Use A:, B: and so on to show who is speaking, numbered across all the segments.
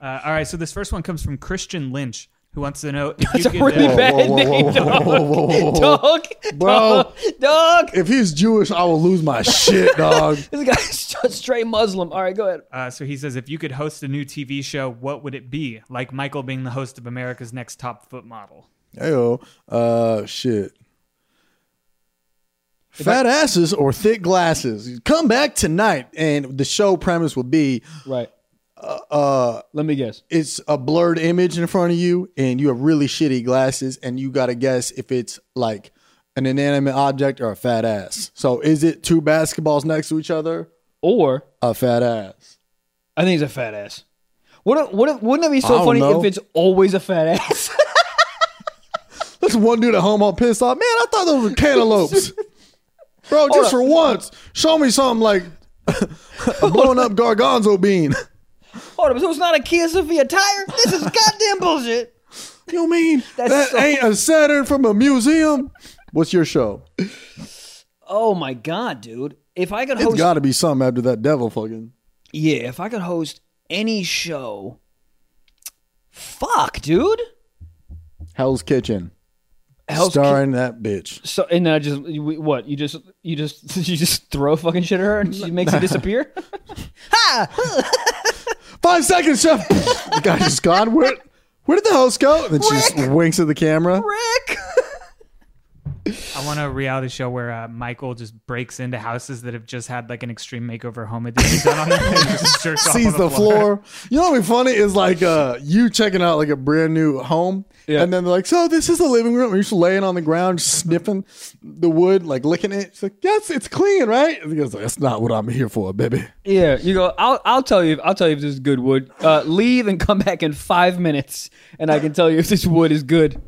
A: Uh, all right, so this first one comes from Christian Lynch, who wants to know. If
B: That's
A: you
B: a
A: could,
B: really
A: uh,
B: bad
C: whoa, whoa,
B: name,
C: whoa,
B: dog.
C: whoa, whoa, whoa, whoa.
B: Dog,
C: Bro.
B: dog, dog.
C: If he's Jewish, I will lose my shit, dog.
B: This guy's straight Muslim. All right, go ahead.
A: Uh, so he says, if you could host a new TV show, what would it be? Like Michael being the host of America's Next Top Foot Model.
C: Ayo. Uh, shit. Fat asses or thick glasses. Come back tonight, and the show premise would be
B: Right.
C: uh,
B: Let me guess.
C: it's a blurred image in front of you, and you have really shitty glasses, and you got to guess if it's like an inanimate object or a fat ass. So, is it two basketballs next to each other?
B: Or
C: A fat ass.
B: I think he's a fat ass. What? if- What? if- Wouldn't it be
C: I
B: so
C: don't
B: funny
C: know.
B: if it's always a fat ass?
C: That's one dude at home all pissed off. Man, I thought those were cantaloupes. Bro, just for once, show me something like a blown up gargonzo bean.
B: Hold up. So it's not a Kia Sophia tire. This is goddamn bullshit.
C: You mean
B: That's
C: that
B: so-
C: ain't a Saturn from a museum? What's your show?
B: Oh my god, dude! If I could
C: It's
B: host,
C: got to be something after that devil fucking.
B: yeah, if I could host any show, fuck, dude.
C: Hell's Kitchen.
B: Hell's Ki-
C: starring that bitch.
B: So and then I just you- what you just you just you just throw fucking shit at her and she makes it disappear.
C: Five seconds, chef. the guy just gone. Where, where did the host go? And then she just winks at the camera.
B: Rick.
A: I want a reality show where uh, Michael just breaks into houses that have just had like an extreme makeover home edition done on them and just jerks off
C: Sees
A: on the floor.
C: You know what would be funny is like uh, you checking out like a brand new home,
B: Yeah.
C: and then they're like, "So this is the living room." And you're just laying on the ground, just sniffing the wood, like licking it. It's like, "Yes, it's clean, right?" And he goes, "That's not what I'm here for, baby."
B: Yeah, you go. I'll I'll tell you. I'll tell you if this is good wood. Uh, leave and come back in five minutes, and I can tell you if this wood is good.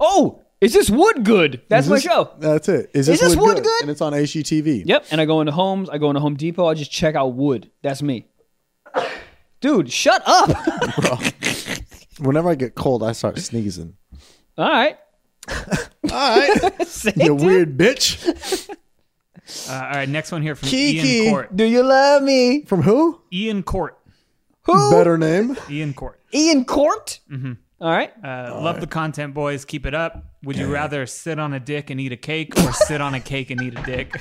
B: Oh, is this wood good? That's my
C: Is this-
B: show.
C: That's it. Is this, wood, good? And it's on HGTV.
B: Yep. And I go into homes. I go into Home Depot. I just check out wood. That's me. Dude, shut up.
C: Whenever I get cold, I start sneezing.
B: All right.
C: All right,
B: Say
C: you
B: it.
C: weird bitch.
A: Uh, all right, next one here from
C: Kiki.
A: Ian Court.
B: Do you love me?
C: From who?
A: Ian Court.
B: Who?
C: Better name.
A: Ian Court.
B: Ian Court? Mm-hmm. right.
A: Uh, love the content, boys. Keep it up. Would you rather sit on a dick and eat a cake or sit on a cake and eat a dick?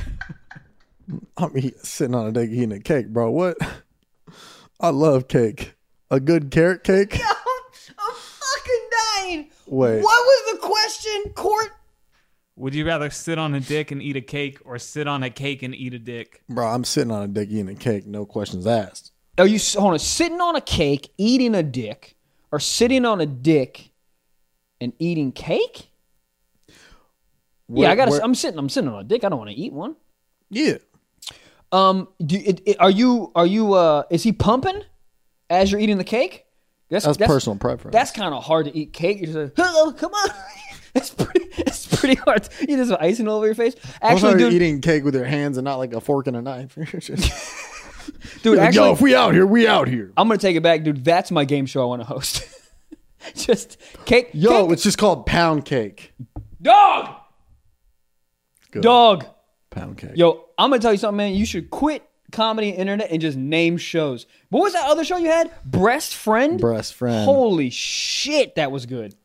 C: I mean, sitting on a dick eating a cake, bro. What? I love cake. A good carrot cake.
B: I'm fucking dying.
C: Wait.
B: was the question, Court?
A: Would you rather sit on a dick and eat a cake or sit on a cake and eat a dick?
C: Bro, I'm sitting on a dick eating a cake, no questions asked.
B: Are you s- hold on? Sitting on a cake, eating a dick, or sitting on a dick and eating cake? yeah, I gotta.
C: Where-
B: I'm sitting. I'm sitting on a dick. I don't want to eat one.
C: yeah.
B: Um, do it, it, are you are you uh is he pumping as you're eating the cake?
C: That's personal preference.
B: That's kind of hard to eat cake. You're just like, hello, come on. That's pretty. That's pretty hard. To, you just have icing all over your face. Actually,
C: Actually,
B: dude,
C: eating cake with your hands and not like a fork and a knife.
B: dude, actually,
C: Yo, if we out here, we out here.
B: I'm gonna take it back, dude. That's my game show I want to host. just cake.
C: Yo,
B: cake-
C: it's just called pound cake.
B: dog,
C: Good.
B: dog.
C: Pound cake.
B: Yo, I'm gonna tell you something, man. You should quit comedy and internet and just name shows. What was that other show you had? Breast friend.
C: Breast friend.
B: Holy shit, that was good.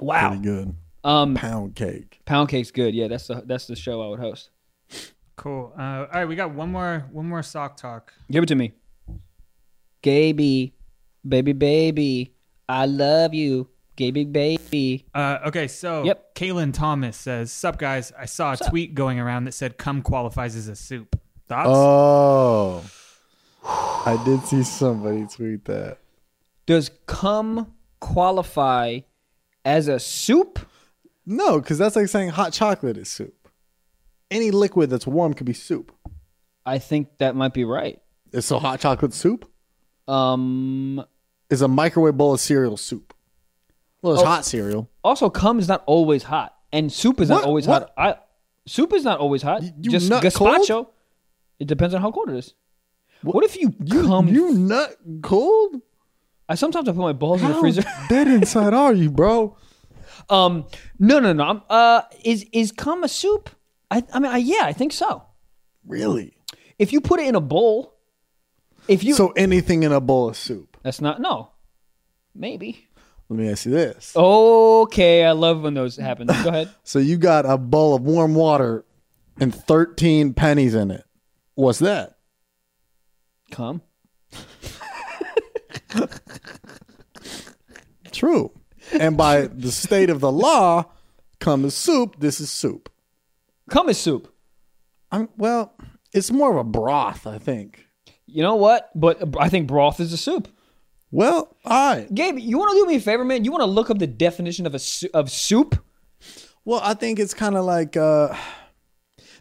B: Wow.
C: Pretty good.
B: Um,
C: Pound cake.
B: pound cake's good. Yeah, that's the that's the show I would host.
A: Cool. Uh, all right, we got one more one more sock talk.
B: Give it to me. Gaby, baby, baby, I love you, Gaby, baby.
A: Uh, okay, so
B: Yep.
A: Kaylin Thomas says, "Sup guys, I saw a tweet going around that said cum qualifies as a soup. Thoughts?
C: Oh. I did see somebody tweet that.
B: Does cum qualify as a soup?
C: No, because that's like saying hot chocolate is soup. Any liquid that's warm could be soup.
B: I think that might be right.
C: Is so hot chocolate soup?
B: Um,
C: Is a microwave bowl of cereal soup? Well, it's
B: Oh.
C: hot cereal.
B: also, cum is not always hot, and soup is not
C: What?
B: always
C: What?
B: hot. I, soup is not always hot.
C: you
B: Just
C: nut
B: gazpacho.
C: cold?
B: It depends on how cold it is. What, if you, cum?
C: You nut cold?
B: I sometimes I put my balls in the
C: How
B: freezer.
C: dead inside are you, bro?
B: Um, no, no, no. I'm, uh, is is cum a soup? I, I mean, I, yeah, I think so.
C: Really?
B: If you put it in a bowl, if you
C: so anything in a bowl of soup.
B: That's not no. Maybe.
C: Let me ask you this.
B: Okay, I love when those happen. Go ahead.
C: So you got a bowl of warm water and 13 pennies in it. What's that?
B: Come.
C: True. And by the state of the law comes soup. This is soup.
B: Come is soup.
C: I'm, well, it's more of a broth, I think.
B: You know what? But I think broth is a soup.
C: Well, all right.
B: Gabe, you want to do me a favor, man? You want to look up the definition of a su- of soup?
C: Well, I think it's kind of like uh,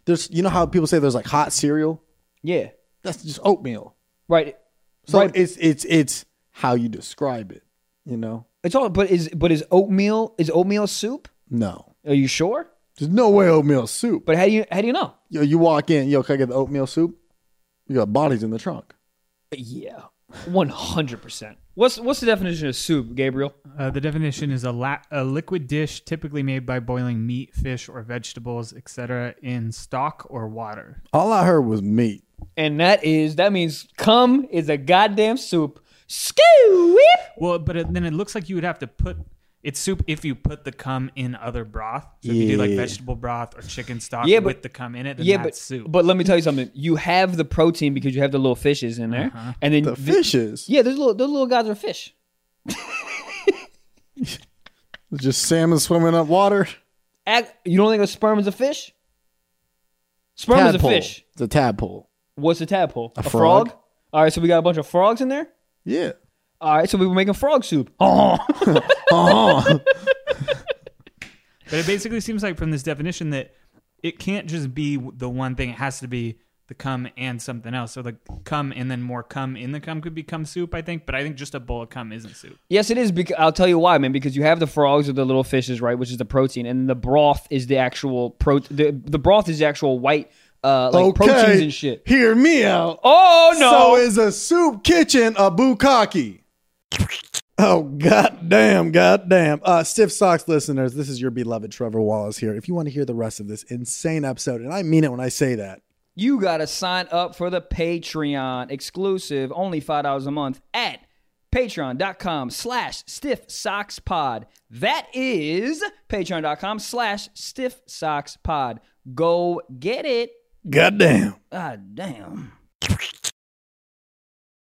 C: there's you know how people say there's like hot cereal.
B: Yeah.
C: That's just oatmeal.
B: Right.
C: So
B: right.
C: it's it's it's how you describe it. You know?
B: It's all. But is but is oatmeal is oatmeal soup?
C: No,
B: Are you sure?
C: there's no way oatmeal soup.
B: But how do you how do you know?
C: Yo, you walk in, yo, can I get the oatmeal soup? You got bodies in the trunk.
B: Yeah. One hundred percent. What's what's the definition of soup, Gabriel?
A: Uh, the definition is a, la- a liquid dish typically made by boiling meat, fish, or vegetables, etc., in stock or water.
C: All I heard was meat.
B: And that is that means cum is a goddamn soup. Skew it.
A: Well, but it, then it looks like you would have to put it's soup if you put the cum in other broth. So if you do like
C: Yeah.
A: vegetable broth or chicken stock
B: Yeah, but-
A: with the cum in it, then
B: Yeah,
A: that's
B: but
A: soup.
B: but let me tell you something. You have the protein because you have the little fishes in there, and then
C: The
B: Uh-huh. the-
C: fishes,
B: yeah, those little those little guys are fish.
C: just salmon swimming up water.
B: Ac- you don't think a sperm is a fish? Sperm
C: Tadpole.
B: is a fish.
C: It's a tadpole.
B: What's a tadpole? A,
C: frog.
B: All right, so we got a bunch of frogs in there.
C: Yeah.
B: All right, so we were making frog soup. Oh,
C: Uh-huh.
A: But it basically seems like from this definition that it can't just be w- the one thing. It has to be the cum and something else. So the cum and then more cum in the cum could become soup, I think. But I think just a bowl of cum isn't soup.
B: yes, it is. Because I'll tell you why, man. Because you have the frogs or the little fishes, right, which is the protein, and the broth is the actual pro. The, the broth is the actual white, uh, like proteins and shit.
C: Hear me out.
B: Oh no!
C: So is a soup kitchen a bukkake? Oh goddamn, goddamn! Uh, Stiff socks listeners, this is your beloved Trevor Wallace here. If you want to hear the rest of this insane episode, and I mean it when I say that,
B: you gotta sign up for the patreon exclusive only five dollars a month at patreon.com slash stiff socks pod that is patreon.com slash stiff socks pod go get it
C: goddamn.
B: god damn